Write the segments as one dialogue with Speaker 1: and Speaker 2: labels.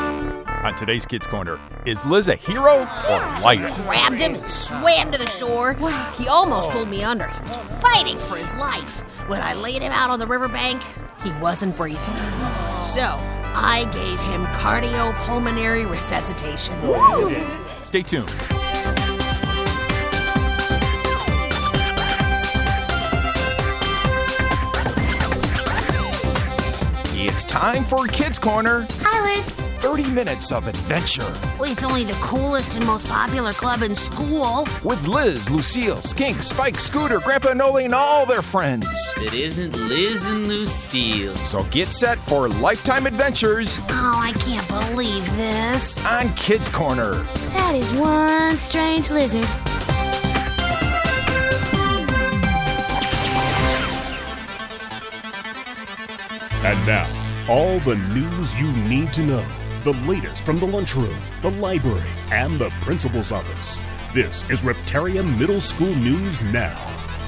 Speaker 1: on today's Kids Corner. Is Liz a hero or liar?
Speaker 2: grabbed him and swam to the shore. He almost pulled me under. He was fighting for his life. When I laid him out on the riverbank, he wasn't breathing. So I gave him cardiopulmonary resuscitation.
Speaker 1: Stay tuned. It's time for Kids Corner
Speaker 3: Hi, Liz.
Speaker 1: 30 minutes of adventure
Speaker 3: Well, it's only the coolest and most popular club in school.
Speaker 1: with Liz, Lucille, Skink, Spike, Scooter, Grandpa Noli, and all their friends.
Speaker 4: that isn't Liz and Lucille.
Speaker 1: So get set for lifetime adventures
Speaker 3: Oh, I can't believe this.
Speaker 1: on Kids Corner.
Speaker 3: That is one strange lizard.
Speaker 5: And now, all the news you need to know. The latest from the lunchroom, the library, and the principal's office. This is Reptaria Middle School News Now.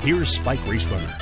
Speaker 5: Here's Spike Race Runner.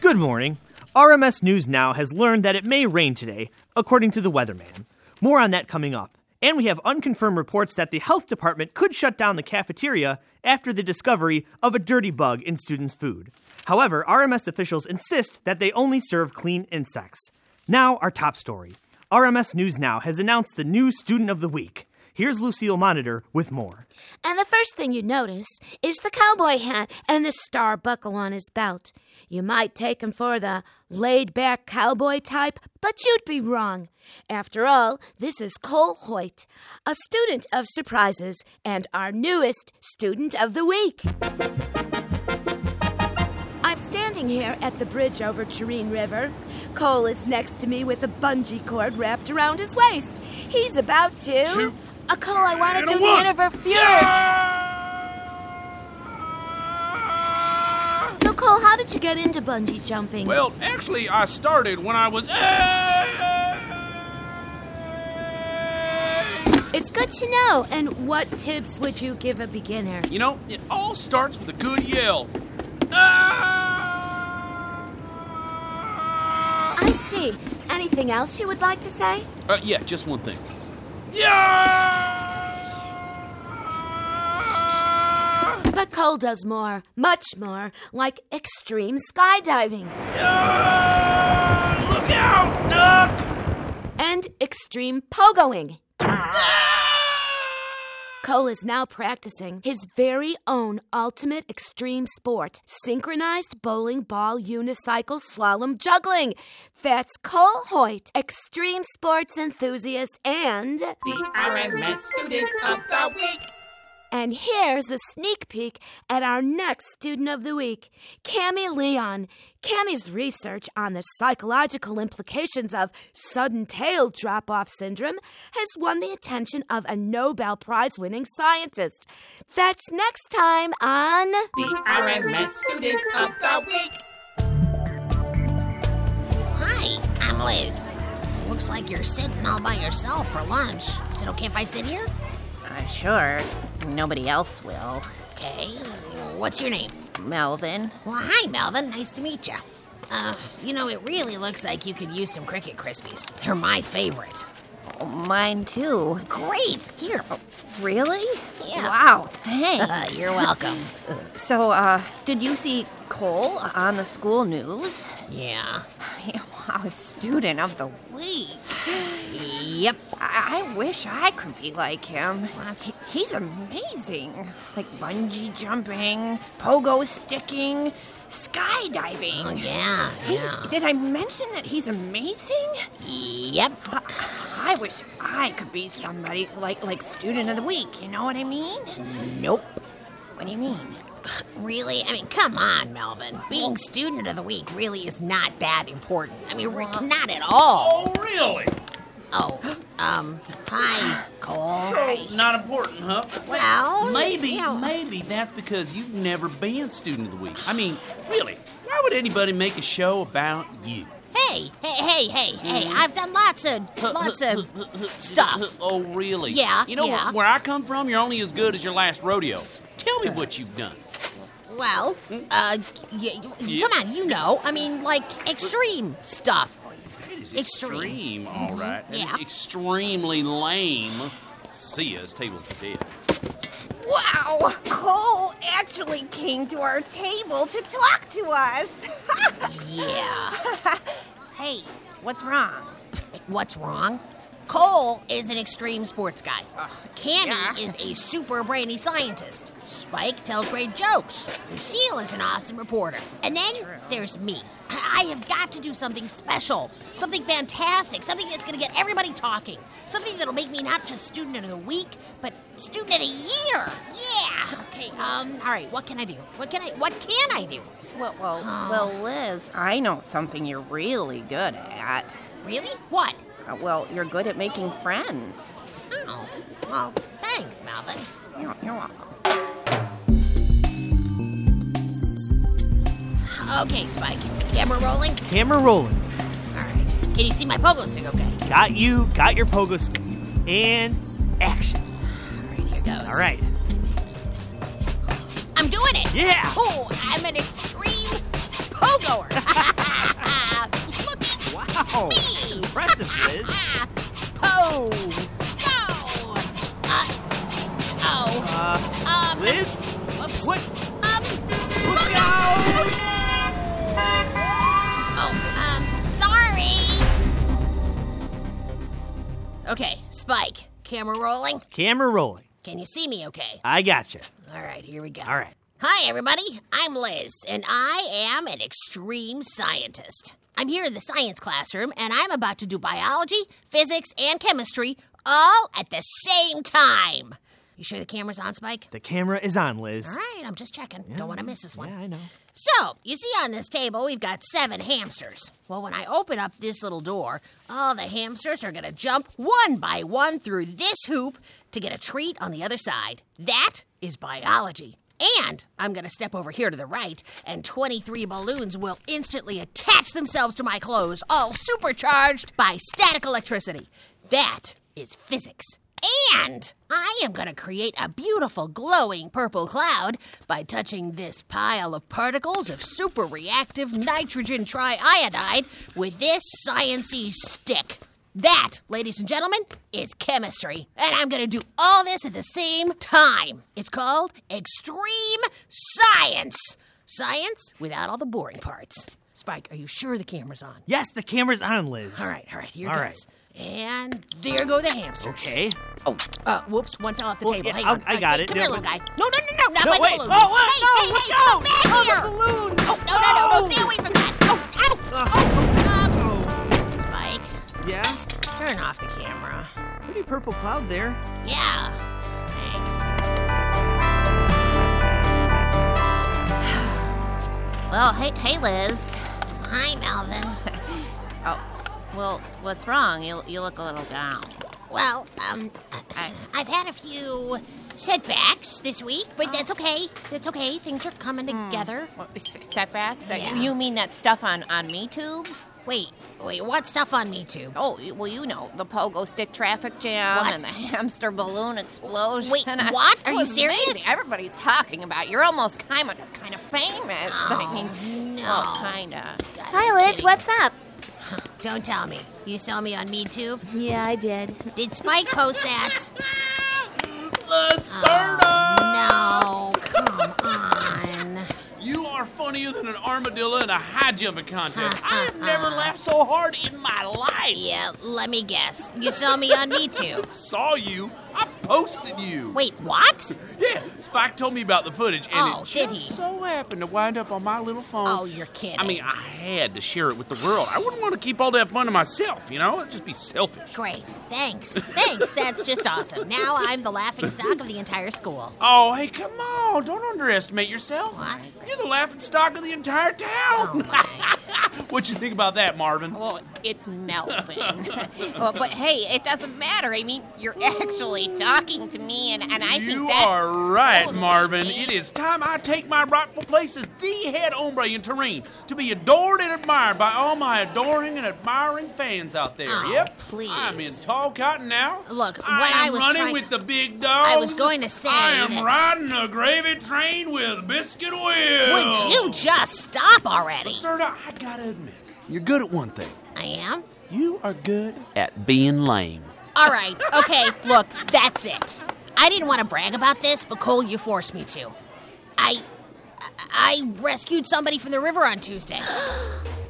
Speaker 6: Good morning. RMS News Now has learned that it may rain today, according to the weatherman. More on that coming up. And we have unconfirmed reports that the health department could shut down the cafeteria after the discovery of a dirty bug in students' food. However, RMS officials insist that they only serve clean insects. Now, our top story. RMS News Now has announced the new Student of the Week. Here's Lucille Monitor with more.
Speaker 7: And the first thing you notice is the cowboy hat and the star buckle on his belt. You might take him for the laid back cowboy type, but you'd be wrong. After all, this is Cole Hoyt, a student of surprises and our newest student of the week. I'm standing here at the bridge over Tureen River. Cole is next to me with a bungee cord wrapped around his waist. He's about to. a Cole, I want to do the interference. So, Cole, how did you get into bungee jumping?
Speaker 8: Well, actually, I started when I was.
Speaker 7: it's good to know. And what tips would you give a beginner?
Speaker 8: You know, it all starts with a good yell. Ah!
Speaker 7: I see. Anything else you would like to say?
Speaker 8: Uh, yeah, just one thing.
Speaker 7: But Cole does more, much more, like extreme skydiving
Speaker 8: Look out, duck!
Speaker 7: and extreme pogoing. Cole is now practicing his very own ultimate extreme sport synchronized bowling ball unicycle slalom juggling. That's Cole Hoyt, extreme sports enthusiast and.
Speaker 9: RMS student of the week.
Speaker 7: And here's a sneak peek at our next student of the week, Cami Leon. Cami's research on the psychological implications of sudden tail drop off syndrome has won the attention of a Nobel Prize winning scientist. That's next time on.
Speaker 9: RMS student of the week.
Speaker 2: Hi, I'm Liz. Looks like you're sitting all by yourself for lunch. Is it okay if I sit here?
Speaker 10: Uh, sure. Nobody else will.
Speaker 2: Okay. What's your name?
Speaker 10: Melvin.
Speaker 2: Well, hi, Melvin. Nice to meet you. Uh, you know, it really looks like you could use some Cricket Krispies. They're my favorite.
Speaker 10: Mine too.
Speaker 2: Great. Here.
Speaker 10: Really?
Speaker 2: Yeah.
Speaker 10: Wow, thanks.
Speaker 2: Uh, you're welcome.
Speaker 10: So, uh, did you see Cole on the school news?
Speaker 2: yeah.
Speaker 10: Wow, student of the week.
Speaker 2: Yep.
Speaker 10: I, I wish I could be like him.
Speaker 2: What?
Speaker 10: He- he's amazing. Like bungee jumping, pogo sticking, skydiving.
Speaker 2: Oh, yeah.
Speaker 10: He's,
Speaker 2: Yeah.
Speaker 10: did I mention that he's amazing?
Speaker 2: Yep.
Speaker 10: I wish I could be somebody like like student of the week. You know what I mean?
Speaker 2: Nope.
Speaker 10: What do you mean?
Speaker 2: Really? I mean, come on, Melvin. Being student of the week really is not that important. I mean, Rick, not at all.
Speaker 8: Oh, really?
Speaker 2: Oh, um, hi, Cole.
Speaker 8: So, not important, huh?
Speaker 2: Well,
Speaker 8: Maybe,
Speaker 2: you know,
Speaker 8: maybe that's because you've never been student of the week. I mean, really, why would anybody make a show about you?
Speaker 2: Hey, hey, hey, hey, hey!
Speaker 8: Hmm.
Speaker 2: I've done lots of lots of stuff.
Speaker 8: Oh, really?
Speaker 2: Yeah,
Speaker 8: You know,
Speaker 2: yeah.
Speaker 8: where I come from, you're only as good as your last rodeo. Tell me what you've done.
Speaker 2: Well, uh, y- y- come on, you know. I mean, like extreme Mm-hmm. stuff.
Speaker 8: is
Speaker 3: Extreme.
Speaker 8: extreme, all
Speaker 3: Mhm.
Speaker 8: right. That is
Speaker 3: Yeah.
Speaker 8: extremely lame. See us, tables are dead.
Speaker 10: Wow, Cole actually came to our table to talk to us.
Speaker 2: yeah.
Speaker 10: hey, what's wrong?
Speaker 2: What's wrong? Cole is an extreme sports guy. Candy
Speaker 10: yeah.
Speaker 2: is a super brainy scientist. Spike tells great jokes. Lucille is an awesome reporter. And then there's me. I I have got to do something special, something fantastic, something that's going to get everybody talking, something that'll make me not just student of the week, but student of the year. Yeah. Okay. Um. All right. What can I do? What can I? What can I do?
Speaker 10: Well, well, well, Liz, I know something you're really good at.
Speaker 2: Really? What?
Speaker 10: Uh, well, you're good at making friends.
Speaker 2: Oh. Well, thanks, Malvin.
Speaker 10: You're, you're welcome.
Speaker 2: Okay, Spike. Camera rolling.
Speaker 6: Camera rolling.
Speaker 2: All right. Can you see my pogo stick? Okay.
Speaker 6: Got you, got your pogo stick. And action.
Speaker 2: Here it goes.
Speaker 6: All right.
Speaker 2: I'm doing it.
Speaker 6: Yeah.
Speaker 2: Oh, I'm an extreme pogoer. Look at
Speaker 6: Wow.
Speaker 2: me.
Speaker 6: Impressive, Liz.
Speaker 2: Po. Go. Uh, oh.
Speaker 6: Uh,
Speaker 2: Um.
Speaker 6: Liz?
Speaker 2: Oops.
Speaker 6: What?
Speaker 2: Um.
Speaker 6: Look out!
Speaker 2: Oh. Um. Sorry. Okay, Spike. Camera rolling.
Speaker 6: Camera rolling.
Speaker 2: Can you see me? Okay.
Speaker 6: I gotcha.
Speaker 2: All right, here we go.
Speaker 6: All right.
Speaker 2: Hi, everybody. I'm Liz, and I am an extreme scientist. I'm here in the science classroom, and I'm about to do biology, physics, and chemistry all at the same time. You sure the camera's on, Spike?
Speaker 6: The camera is on, Liz.
Speaker 2: All right, I'm just checking. Don't want to miss this one.
Speaker 6: Yeah, I know.
Speaker 2: So, you see on this table, we've got seven hamsters. Well, when I open up this little door, all the hamsters are going to jump one by one through this hoop to get a treat on the other side. That is biology. And I'm going to step over here to the right, and 23 balloons will instantly attach themselves to my clothes, all supercharged by static electricity. That is physics. And I am going to create a beautiful glowing purple cloud by touching this pile of particles of super reactive nitrogen triiodide with this sciency stick. That, ladies and gentlemen, is chemistry. And I'm going to do all this at the same time. It's called extreme science. Science without all the boring parts. Spike, are you sure the camera's on?
Speaker 6: Yes, the camera's on, Liz.
Speaker 2: All right, all right, here
Speaker 6: All right.
Speaker 2: goes. And there go the hamsters.
Speaker 6: Okay.
Speaker 2: Uh, whoops, one fell off the
Speaker 6: Well,
Speaker 2: table.
Speaker 6: yeah,
Speaker 2: Hang
Speaker 6: I'll-
Speaker 2: on.
Speaker 6: I
Speaker 2: Uh,
Speaker 6: got
Speaker 2: hey,
Speaker 6: it.
Speaker 2: Come here,
Speaker 6: No,
Speaker 2: little guy. No, no, no, no, not
Speaker 6: No,
Speaker 2: by
Speaker 6: wait.
Speaker 2: the balloon.
Speaker 6: Oh, what?
Speaker 2: Hey,
Speaker 6: No,
Speaker 2: hey,
Speaker 6: let
Speaker 2: hey,
Speaker 6: go.
Speaker 2: come back
Speaker 6: Oh, the
Speaker 2: here.
Speaker 6: balloon.
Speaker 2: Oh, no, no, no,
Speaker 6: Oh.
Speaker 2: no, stay away from that. Oh, ow.
Speaker 6: Uh,
Speaker 2: Oh, um,
Speaker 6: Yeah?
Speaker 2: Spike, turn off the camera.
Speaker 6: Pretty purple cloud there.
Speaker 2: Yeah. Thanks.
Speaker 10: Well, hey, hey, Liz.
Speaker 2: Hi, Melvin.
Speaker 10: Oh, well, what's wrong? You, you look a little down.
Speaker 2: Well, um, I- I've had a few setbacks this week, but
Speaker 6: Oh.
Speaker 2: that's okay. That's okay. Things are coming
Speaker 6: Hmm.
Speaker 2: together.
Speaker 10: What, Uh, s- setbacks? Uh,
Speaker 2: Yeah.
Speaker 10: You mean that stuff on on MeTube?
Speaker 2: Wait, wait, what stuff on MeToo?
Speaker 10: Oh, y- well, you know the pogo stick traffic jam
Speaker 2: What?
Speaker 10: and the hamster balloon explosion.
Speaker 2: Wait,
Speaker 10: I-
Speaker 2: what? Are
Speaker 10: it
Speaker 2: you
Speaker 10: was
Speaker 2: serious?
Speaker 10: amazing. Everybody's talking about. it. You're almost kind of kind of famous. I mean,
Speaker 2: Oh, no.
Speaker 10: well, kind of.
Speaker 3: Hi, Liz. What's up?
Speaker 2: Don't tell me. You saw me on MeToo?
Speaker 7: Yeah, I did.
Speaker 2: Did Spike post that?
Speaker 8: Lacerda!
Speaker 2: No, come on.
Speaker 8: You are funnier than an armadillo in a high jumping contest. I have never laughed so hard in my life.
Speaker 2: Yeah, let me guess. You saw me on Me Too.
Speaker 8: Saw you. I posted you.
Speaker 2: Wait, what?
Speaker 8: Yeah, Spike told me about the footage, and
Speaker 2: Oh,
Speaker 8: it
Speaker 2: did
Speaker 8: just
Speaker 2: he?
Speaker 8: so happened to wind up on my little phone.
Speaker 2: Oh, you're kidding.
Speaker 8: I mean, I had to share it with the world. I wouldn't want to keep all that fun to myself, you know? It'd just be selfish.
Speaker 2: Ah, Great. Thanks. Thanks. That's just awesome. Now I'm the laughing stock of the entire school.
Speaker 8: Oh, hey, come on. Don't underestimate yourself.
Speaker 2: What? Oh,
Speaker 8: You're the laughing stock of the entire town. what you think about that, Marvin?
Speaker 10: Well, Oh, it's melting. well, but hey, it doesn't matter. I mean, you're actually talking to me, and, and I
Speaker 8: you
Speaker 10: think that's
Speaker 8: are right,
Speaker 10: totally
Speaker 8: Marvin.
Speaker 10: me.
Speaker 8: It is time I take my rightful place as the head hombre in Turin to be adored and admired by all my adoring and admiring fans out there.
Speaker 2: Oh,
Speaker 8: yep.
Speaker 2: please.
Speaker 8: I'm in tall cotton now.
Speaker 2: Look,
Speaker 8: I
Speaker 2: what
Speaker 8: am
Speaker 2: I was
Speaker 8: running
Speaker 2: trying-
Speaker 8: with the big dogs.
Speaker 2: I was going to say
Speaker 8: I am
Speaker 2: that-
Speaker 8: riding a gravy train with biscuit wheels.
Speaker 2: Would you just stop already?
Speaker 8: Lacerda, I gotta admit, you're good at one thing.
Speaker 2: I am?
Speaker 11: You are good at being lame.
Speaker 2: All right, okay, look, that's it. I didn't want to brag about this, but Cole, you forced me to. I. I rescued somebody from the river on Tuesday.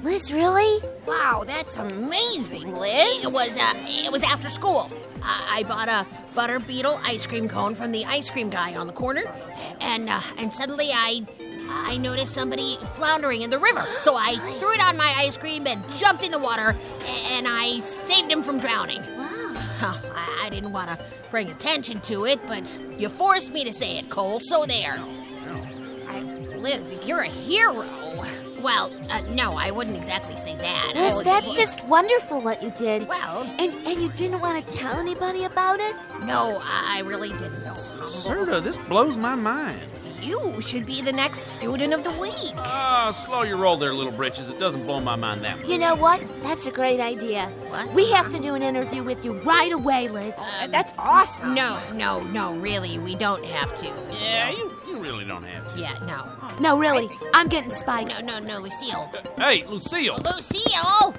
Speaker 7: Liz, really?
Speaker 2: Wow, that's amazing, Liz. It was uh, it was after school. I, I bought a butter beetle ice cream cone from the ice cream guy on the corner, and uh, and suddenly I I noticed somebody floundering in the river. So I threw it on my ice cream and jumped in the water, a- and I saved him from drowning. Huh, I, I didn't want to bring attention to it, but you forced me to say it, Cole. So there.
Speaker 12: I, Liz, you're a hero.
Speaker 2: Well, uh, no, I wouldn't exactly say that.
Speaker 7: Liz,
Speaker 2: Oh,
Speaker 7: that's
Speaker 2: yeah.
Speaker 7: just wonderful what you did.
Speaker 2: Well-
Speaker 7: and and you didn't want to tell anybody about it.
Speaker 2: No, I really didn't.
Speaker 11: Serta, this blows my mind.
Speaker 12: You should be the next student of the week.
Speaker 11: Ah, slow your roll there, little britches. It doesn't blow my mind that much.
Speaker 7: You know what? That's a great idea.
Speaker 2: What?
Speaker 7: We have to do an interview with you right away, Liz.
Speaker 12: That's awesome.
Speaker 2: No, no, no, really, we don't have to. Lucille.
Speaker 11: Yeah, you, you really don't have to.
Speaker 2: Yeah, no.
Speaker 7: no, really, I'm getting spied.
Speaker 2: No, no, no, Lucille.
Speaker 11: Hey, Lucille.
Speaker 2: Lucille!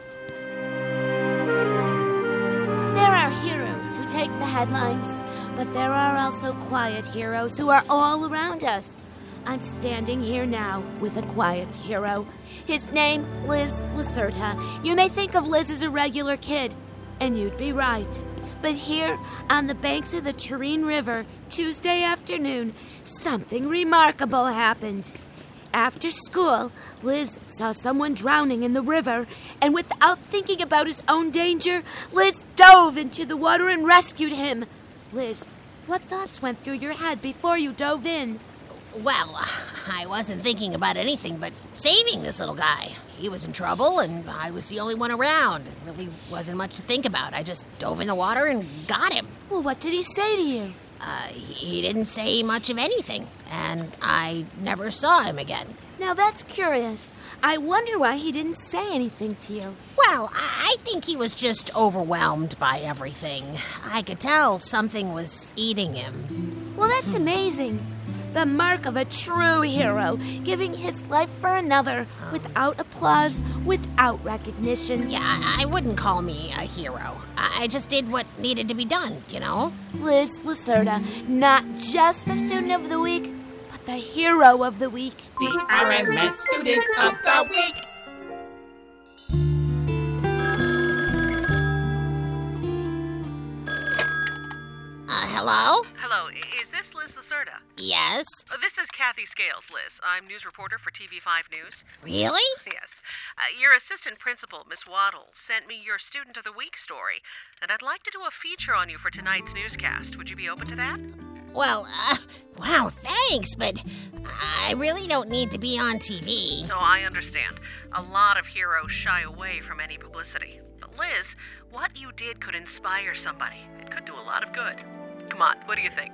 Speaker 7: There are heroes who take the headlines, but there are also quiet heroes who are all around us. I'm standing here now with a quiet hero. His name, Liz Lacerta. You may think of Liz as a regular kid, and you'd be right. But here, on the banks of the Turin River, Tuesday afternoon, something remarkable happened. After school, Liz saw someone drowning in the river, and without thinking about his own danger, Liz dove into the water and rescued him. Liz, what thoughts went through your head before you dove in?
Speaker 2: Well, uh, I wasn't thinking about anything but saving this little guy. He was in trouble, and I was the only one around. It really wasn't much to think about. I just dove in the water and got him.
Speaker 7: Well, what did he say to you?
Speaker 2: Uh, he he didn't say much of anything, and I never saw him again.
Speaker 7: Now that's curious. I wonder why he didn't say anything to you.
Speaker 2: Well, I I think he was just overwhelmed by everything. I could tell something was eating him.
Speaker 7: Well, that's amazing. The mark of a true hero, giving his life for another without applause, without recognition.
Speaker 2: Yeah, I, I wouldn't call me a hero. I, I just did what needed to be done, you know?
Speaker 7: Liz Lacerda, not just the student of the week, but the hero of the week.
Speaker 13: The Iron Man Student of the Week.
Speaker 2: Uh, hello?
Speaker 14: Hello, i- is this Liz Lacerda?
Speaker 2: Yes?
Speaker 14: Uh, This is Kathy Scales, Liz. I'm news reporter for TV5 News.
Speaker 2: Really?
Speaker 14: Yes. Uh, your assistant principal, Miss Waddle, sent me your Student of the Week story, and I'd like to do a feature on you for tonight's newscast. Would you be open to that?
Speaker 2: Well, uh, wow, thanks, but I really don't need to be on TV.
Speaker 14: No, I understand. A lot of heroes shy away from any publicity. But, Liz, what you did could inspire somebody. It could do a lot of good. Come on, what do you think?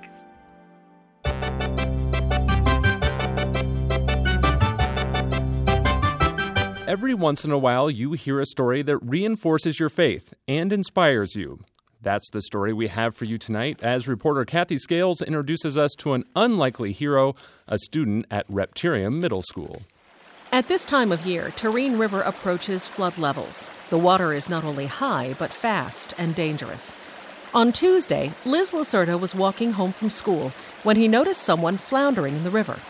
Speaker 8: Every once in a while, you hear a story that reinforces your faith and inspires you. That's the story we have for you tonight as reporter Kathy Scales introduces us to an unlikely hero, a student at Reptarium Middle School.
Speaker 15: At this time of year, Terrene River approaches flood levels. The water is not only high, but fast and dangerous. On Tuesday, Liz Lacerda was walking home from school when he noticed someone floundering in the river.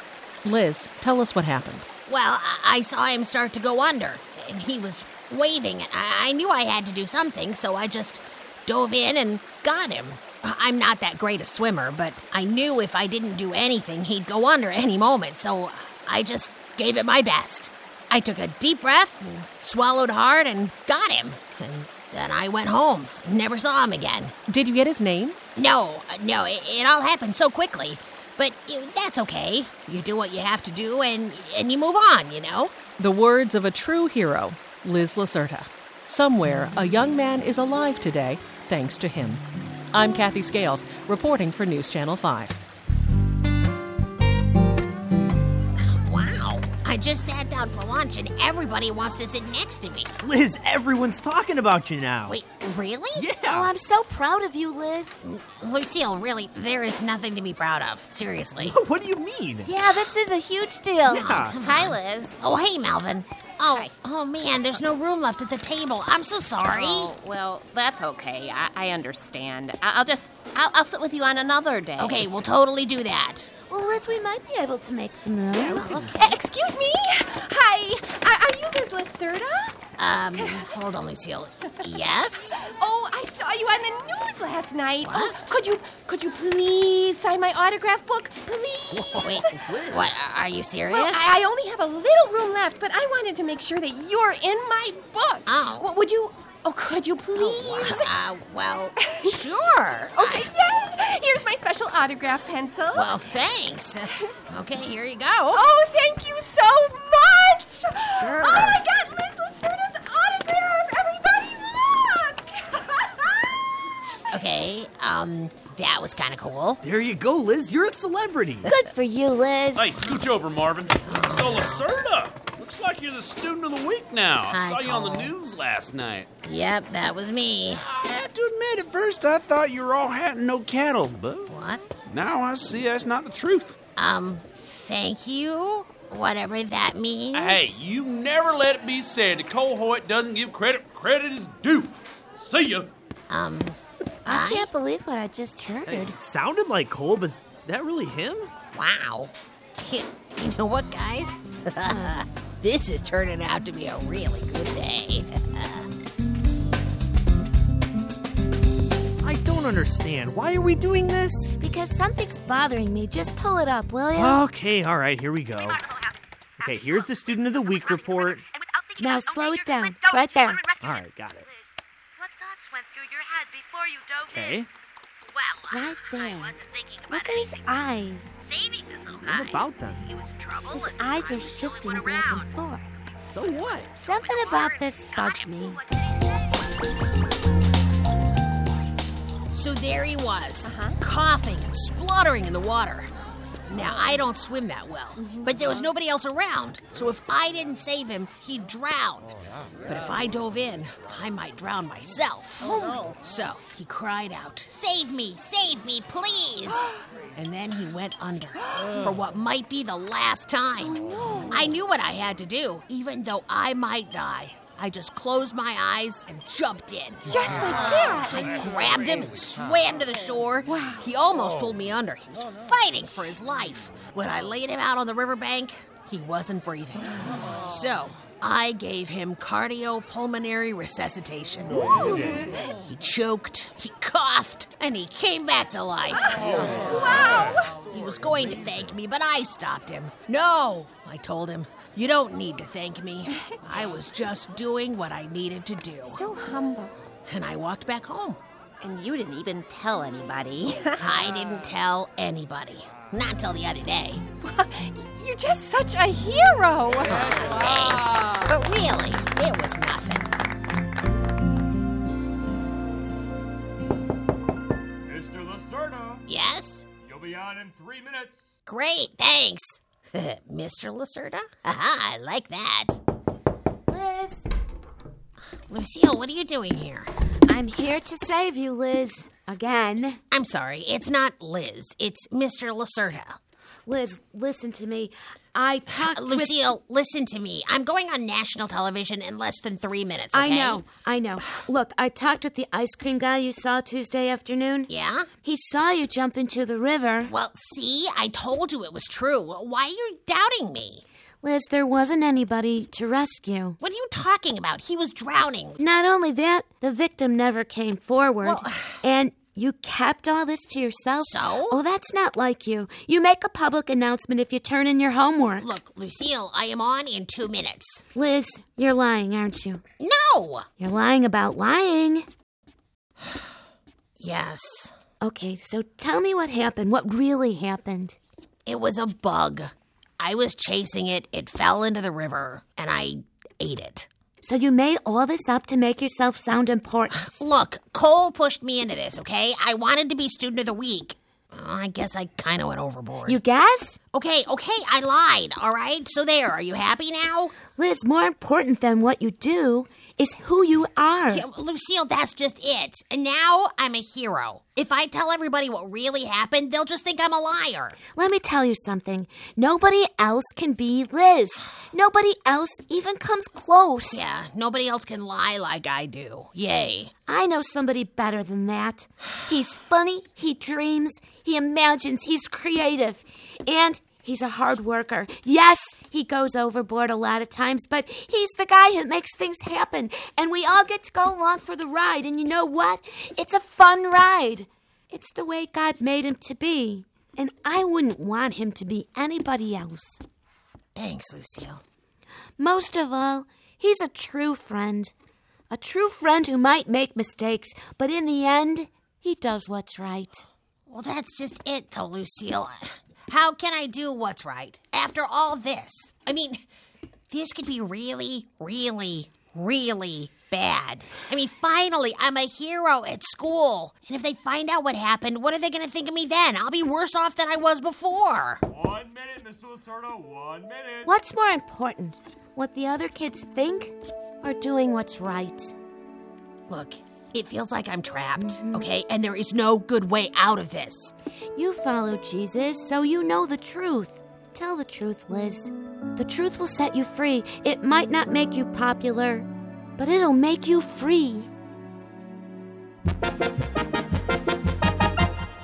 Speaker 15: Liz, tell us what happened.
Speaker 2: Well, I, I saw him start to go under, and he was waving. I, I knew I had to do something, so I just dove in and got him. I- I'm not that great a swimmer, but I knew if I didn't do anything, he'd go under any moment, so I just gave it my best. I took a deep breath, and swallowed hard, and got him. And then I went home. Never saw him again.
Speaker 15: Did you get his name?
Speaker 2: No, uh, no, it, it all happened so quickly. But you that's okay. You do what you have to do, and and you move on. You know.
Speaker 15: The words of a true hero, Liz Lacerta. Somewhere, a young man is alive today thanks to him. I'm Kathy Scales, reporting for News Channel 5.
Speaker 2: Wow. I just sat down for lunch, and everybody wants to sit next to me.
Speaker 6: Liz, everyone's talking about you now.
Speaker 2: Wait, really?
Speaker 7: Oh, I'm so proud of you, Liz.
Speaker 2: Lucille, really, there is nothing to be proud of. Seriously.
Speaker 6: What do you mean?
Speaker 7: Yeah, this is a huge deal.
Speaker 6: Yeah.
Speaker 7: Hi, Liz.
Speaker 2: Oh, hey, Melvin. Oh, oh man, there's no room left at the table. I'm so sorry.
Speaker 16: Oh, well, that's okay. I, I understand. I, will just, I'll, I'll sit with you on another day.
Speaker 2: Okay, we'll totally do that.
Speaker 7: Well, Liz, we might be able to make some room.
Speaker 12: Eh, Excuse me? Hi. Are, are you Liz Lacerda?
Speaker 2: Um, hold on, Lucille. Yes?
Speaker 12: Oh, I saw you on the news last night. Oh, could you could you please sign my autograph book? Please.
Speaker 2: Wait, what? Are you serious?
Speaker 12: Well, I, I only have a little room left, but I wanted to make sure that you're in my book.
Speaker 2: Oh.
Speaker 12: W- would you Oh, could you please?
Speaker 2: uh, well, sure.
Speaker 12: okay, yay! Here's my special autograph pencil.
Speaker 2: Well, thanks. Okay, here you go.
Speaker 12: Oh, thank you so much!
Speaker 2: Sure.
Speaker 12: Oh, I got Liz Lacerda's autograph! Everybody, look!
Speaker 2: Okay, um, that was kind of cool.
Speaker 6: There you go, Liz. You're a celebrity.
Speaker 7: Good for you, Liz.
Speaker 5: Hey, scooch over, Marvin. So, Lacerda, looks like you're the student of the week now. I
Speaker 2: Hi,
Speaker 5: saw you on the
Speaker 2: Cole.
Speaker 5: news last night.
Speaker 2: Yep, that was me.
Speaker 5: I have to admit, at first I thought you were all hat and no cattle, but
Speaker 2: What?
Speaker 5: now I see that's not the truth.
Speaker 2: Um, thank you, whatever that means.
Speaker 5: Hey, you never let it be said that Cole Hoyt doesn't give credit where credit is due. See ya.
Speaker 2: Um,
Speaker 7: I can't believe what I just heard.
Speaker 6: It sounded like Cole, but is that really him?
Speaker 2: Wow. you know what, guys? this is turning out to be a really good day.
Speaker 6: I don't understand. Why are we doing this?
Speaker 7: Because something's bothering me. Just pull it up, will you?
Speaker 6: Okay, all right, here we go. Okay, here's the student of the week report.
Speaker 7: Now slow it down. Right there.
Speaker 6: All right, got it.
Speaker 14: What thoughts went through your head before you dove
Speaker 6: Okay.
Speaker 14: in? Well,
Speaker 7: Right
Speaker 14: I
Speaker 7: there.
Speaker 14: wasn't thinking about
Speaker 7: Look at his
Speaker 14: anything.
Speaker 7: eyes.
Speaker 14: Saving this little guy.
Speaker 6: What about them?
Speaker 14: He was in trouble.
Speaker 7: His
Speaker 14: and
Speaker 7: eyes
Speaker 14: I
Speaker 7: are
Speaker 14: was
Speaker 7: shifting
Speaker 14: going
Speaker 7: back
Speaker 14: around.
Speaker 7: and forth.
Speaker 6: So what?
Speaker 7: Something about this bugs me.
Speaker 2: So there he was, coughing and spluttering in the water. Now, I don't swim that well, but there was nobody else around, so if I didn't save him, he'd drown. But if I dove in, I might drown myself. So he cried out, Save me, save me, please! and then he went under for what might be the last time. I knew what I had to do, even though I might die. I just closed my eyes and jumped in.
Speaker 12: Just like that.
Speaker 2: I grabbed him and swam to the shore. He almost pulled me under. He was fighting for his life. When I laid him out on the riverbank, he wasn't breathing. So I gave him cardiopulmonary resuscitation. He choked, he coughed, and he came back to life.
Speaker 12: Wow!
Speaker 2: He was going to thank me, but I stopped him. No, I told him. You don't need to thank me. I was just doing what I needed to do.
Speaker 16: So humble.
Speaker 2: And I walked back home.
Speaker 16: And you didn't even tell anybody.
Speaker 2: I didn't tell anybody. Not till the other day.
Speaker 12: You're just such a hero!
Speaker 2: Thanks. But really, it was nothing.
Speaker 1: Mr. Lacerda,
Speaker 2: Yes?
Speaker 1: you'll be on in three minutes.
Speaker 2: Great, thanks. Mr. Lacerda? Aha, I like that.
Speaker 7: Liz,
Speaker 2: Lucille, what are you doing here?
Speaker 7: I'm here to save you, Liz. Again.
Speaker 2: I'm sorry, it's not Liz, it's Mr. Lacerda.
Speaker 7: Liz, listen to me. I talked with-
Speaker 2: Lucille, listen to me. I'm going on national television in less than three minutes.
Speaker 7: I
Speaker 2: okay?
Speaker 7: know, I know. Look, I talked with the ice cream guy you saw Tuesday afternoon.
Speaker 2: Yeah?
Speaker 7: He saw you jump into the river.
Speaker 2: Well, see, I told you it was true. Why are you doubting me?
Speaker 7: Liz, there wasn't anybody to rescue.
Speaker 2: What are you talking about? He was drowning.
Speaker 7: Not only that, the victim never came forward. and you kept all this to yourself?
Speaker 2: So?
Speaker 7: Oh, that's not like you. You make a public announcement if you turn in your homework.
Speaker 2: Look, Lucille, I am on in two minutes.
Speaker 7: Liz, you're lying, aren't you?
Speaker 2: No!
Speaker 7: You're lying about lying.
Speaker 2: Yes,
Speaker 7: Okay, so tell me what happened. What really happened?
Speaker 2: it was a bug. I was chasing it, it fell into the river, and I ate it.
Speaker 7: So you made all this up to make yourself sound important.
Speaker 2: Look, Cole pushed me into this, okay? I wanted to be student of the week. Uh, I guess I kind of went overboard.
Speaker 7: You guess?
Speaker 2: Okay, okay, I lied, all right? So there, are you happy now?
Speaker 7: Liz, more important than what you do is who you are.
Speaker 2: Yeah, Lucille, that's just it. And now I'm a hero. If I tell everybody what really happened, they'll just think I'm a liar.
Speaker 7: Let me tell you something. Nobody else can be Liz. Nobody else even comes close.
Speaker 2: Yeah, nobody else can lie like I do. Yay.
Speaker 7: I know somebody better than that. He's funny, he dreams, he imagines, he's creative, and he's a hard worker. Yes, he goes overboard a lot of times, but he's the guy who makes things happen, and we all get to go along for the ride. And you know what? It's a fun ride. It's the way God made him to be, and I wouldn't want him to be anybody else.
Speaker 2: Thanks, Lucille.
Speaker 7: Most of all, he's a true friend. A true friend who might make mistakes, but in the end, he does what's right.
Speaker 2: Well, that's just it, though, Lucille. How can I do what's right after all this? I mean, this could be really, really, really bad. I mean, finally, I'm a hero at school. And if they find out what happened, what are they going to think of me then? I'll be worse off than I was before.
Speaker 17: One minute, Miss Lucerna, one minute.
Speaker 7: What's more important, what the other kids think or doing what's right?
Speaker 2: Look, it feels like I'm trapped, mm-hmm. okay? And there is no good way out of this.
Speaker 7: You follow Jesus, so you know the truth. Tell the truth, Liz. The truth will set you free. It might not make you popular, but it'll make you free.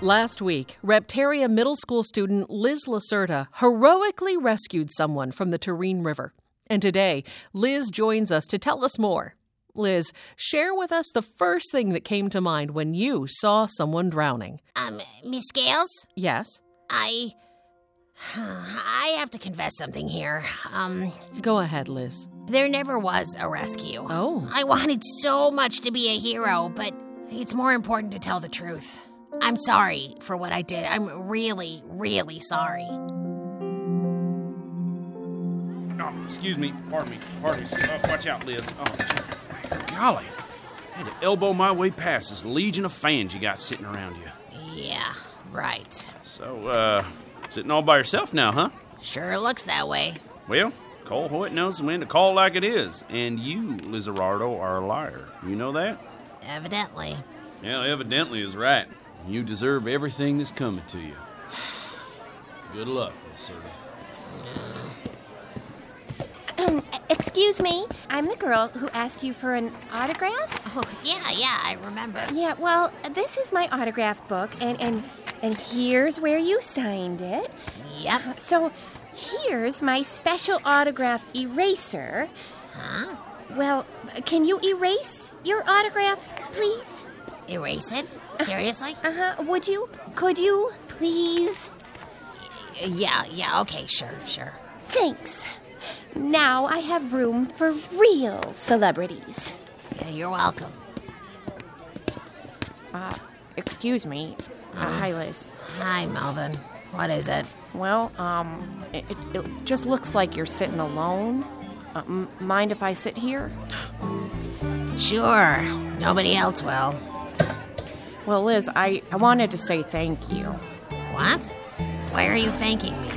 Speaker 18: Last week, Reptaria middle school student Liz Lacerda heroically rescued someone from the Tureen River. And today, Liz joins us to tell us more. Liz, share with us the first thing that came to mind when you saw someone drowning.
Speaker 2: Um, Miss Gales?
Speaker 18: Yes.
Speaker 2: I. I have to confess something here. Um.
Speaker 18: Go ahead, Liz.
Speaker 2: There never was a rescue.
Speaker 18: Oh.
Speaker 2: I wanted so much to be a hero, but it's more important to tell the truth. I'm sorry for what I did. I'm really, really sorry.
Speaker 8: Oh, excuse me. Pardon me. Pardon me. Oh, watch out, Liz. Oh, golly. I had to elbow my way past this legion of fans you got sitting around you.
Speaker 2: Yeah, right.
Speaker 8: So, uh, sitting all by yourself now, huh?
Speaker 2: Sure looks that way.
Speaker 8: Well, Cole Hoyt knows when to call like it is, and you, Lizarardo, are a liar. You know that?
Speaker 2: Evidently.
Speaker 8: Yeah, evidently is right. You deserve everything that's coming to you. Good luck, sir.
Speaker 12: Um, e, Excuse me, I'm the girl who asked you for an autograph.
Speaker 2: Oh, yeah, yeah, I remember.
Speaker 12: Yeah, well, this is my autograph book, and and and here's where you signed it.
Speaker 2: Yep.
Speaker 12: Uh, so, here's my special autograph eraser.
Speaker 2: Huh?
Speaker 12: Well, can you erase your autograph, please?
Speaker 2: Erase it? Seriously?
Speaker 12: Uh huh. Would you? Could you, please?
Speaker 2: Y- yeah, yeah. Okay, sure, sure.
Speaker 12: Thanks. Now I have room for real celebrities.
Speaker 2: Yeah, you're welcome.
Speaker 12: Uh, excuse me. Uh, uh, hi, Liz.
Speaker 2: Hi, Melvin. What is it?
Speaker 12: Well, um, it, it, it just looks like you're sitting alone. Uh, m- mind if I sit here?
Speaker 2: Sure. Nobody else will.
Speaker 12: Well, Liz, I, I wanted to say thank you.
Speaker 2: What? Why are you thanking me?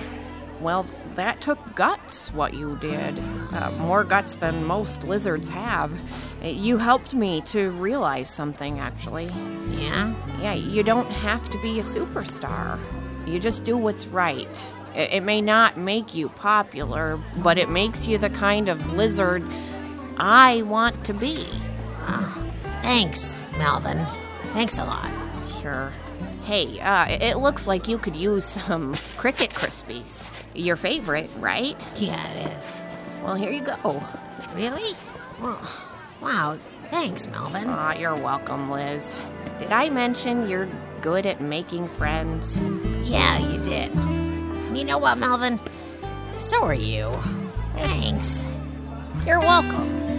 Speaker 12: Well, that took guts, what you did. Uh, more guts than most lizards have. Uh, You helped me to realize something, actually.
Speaker 2: Yeah?
Speaker 12: Yeah, you don't have to be a superstar. You just do what's right. It, it may not make you popular, but it makes you the kind of lizard I want to be.
Speaker 2: Oh, thanks, Melvin. Thanks a lot.
Speaker 12: Sure. Hey, uh, it looks like you could use some Cricket Krispies. Your favorite, right?
Speaker 2: Yeah, it is.
Speaker 12: Well, here you go.
Speaker 2: Really? Well, wow, Oh, thanks, Melvin.
Speaker 12: Aw, oh, you're welcome, Liz. Did I mention you're good at making friends?
Speaker 2: Yeah, you did. You know what, Melvin? So are you. Thanks.
Speaker 12: You're welcome.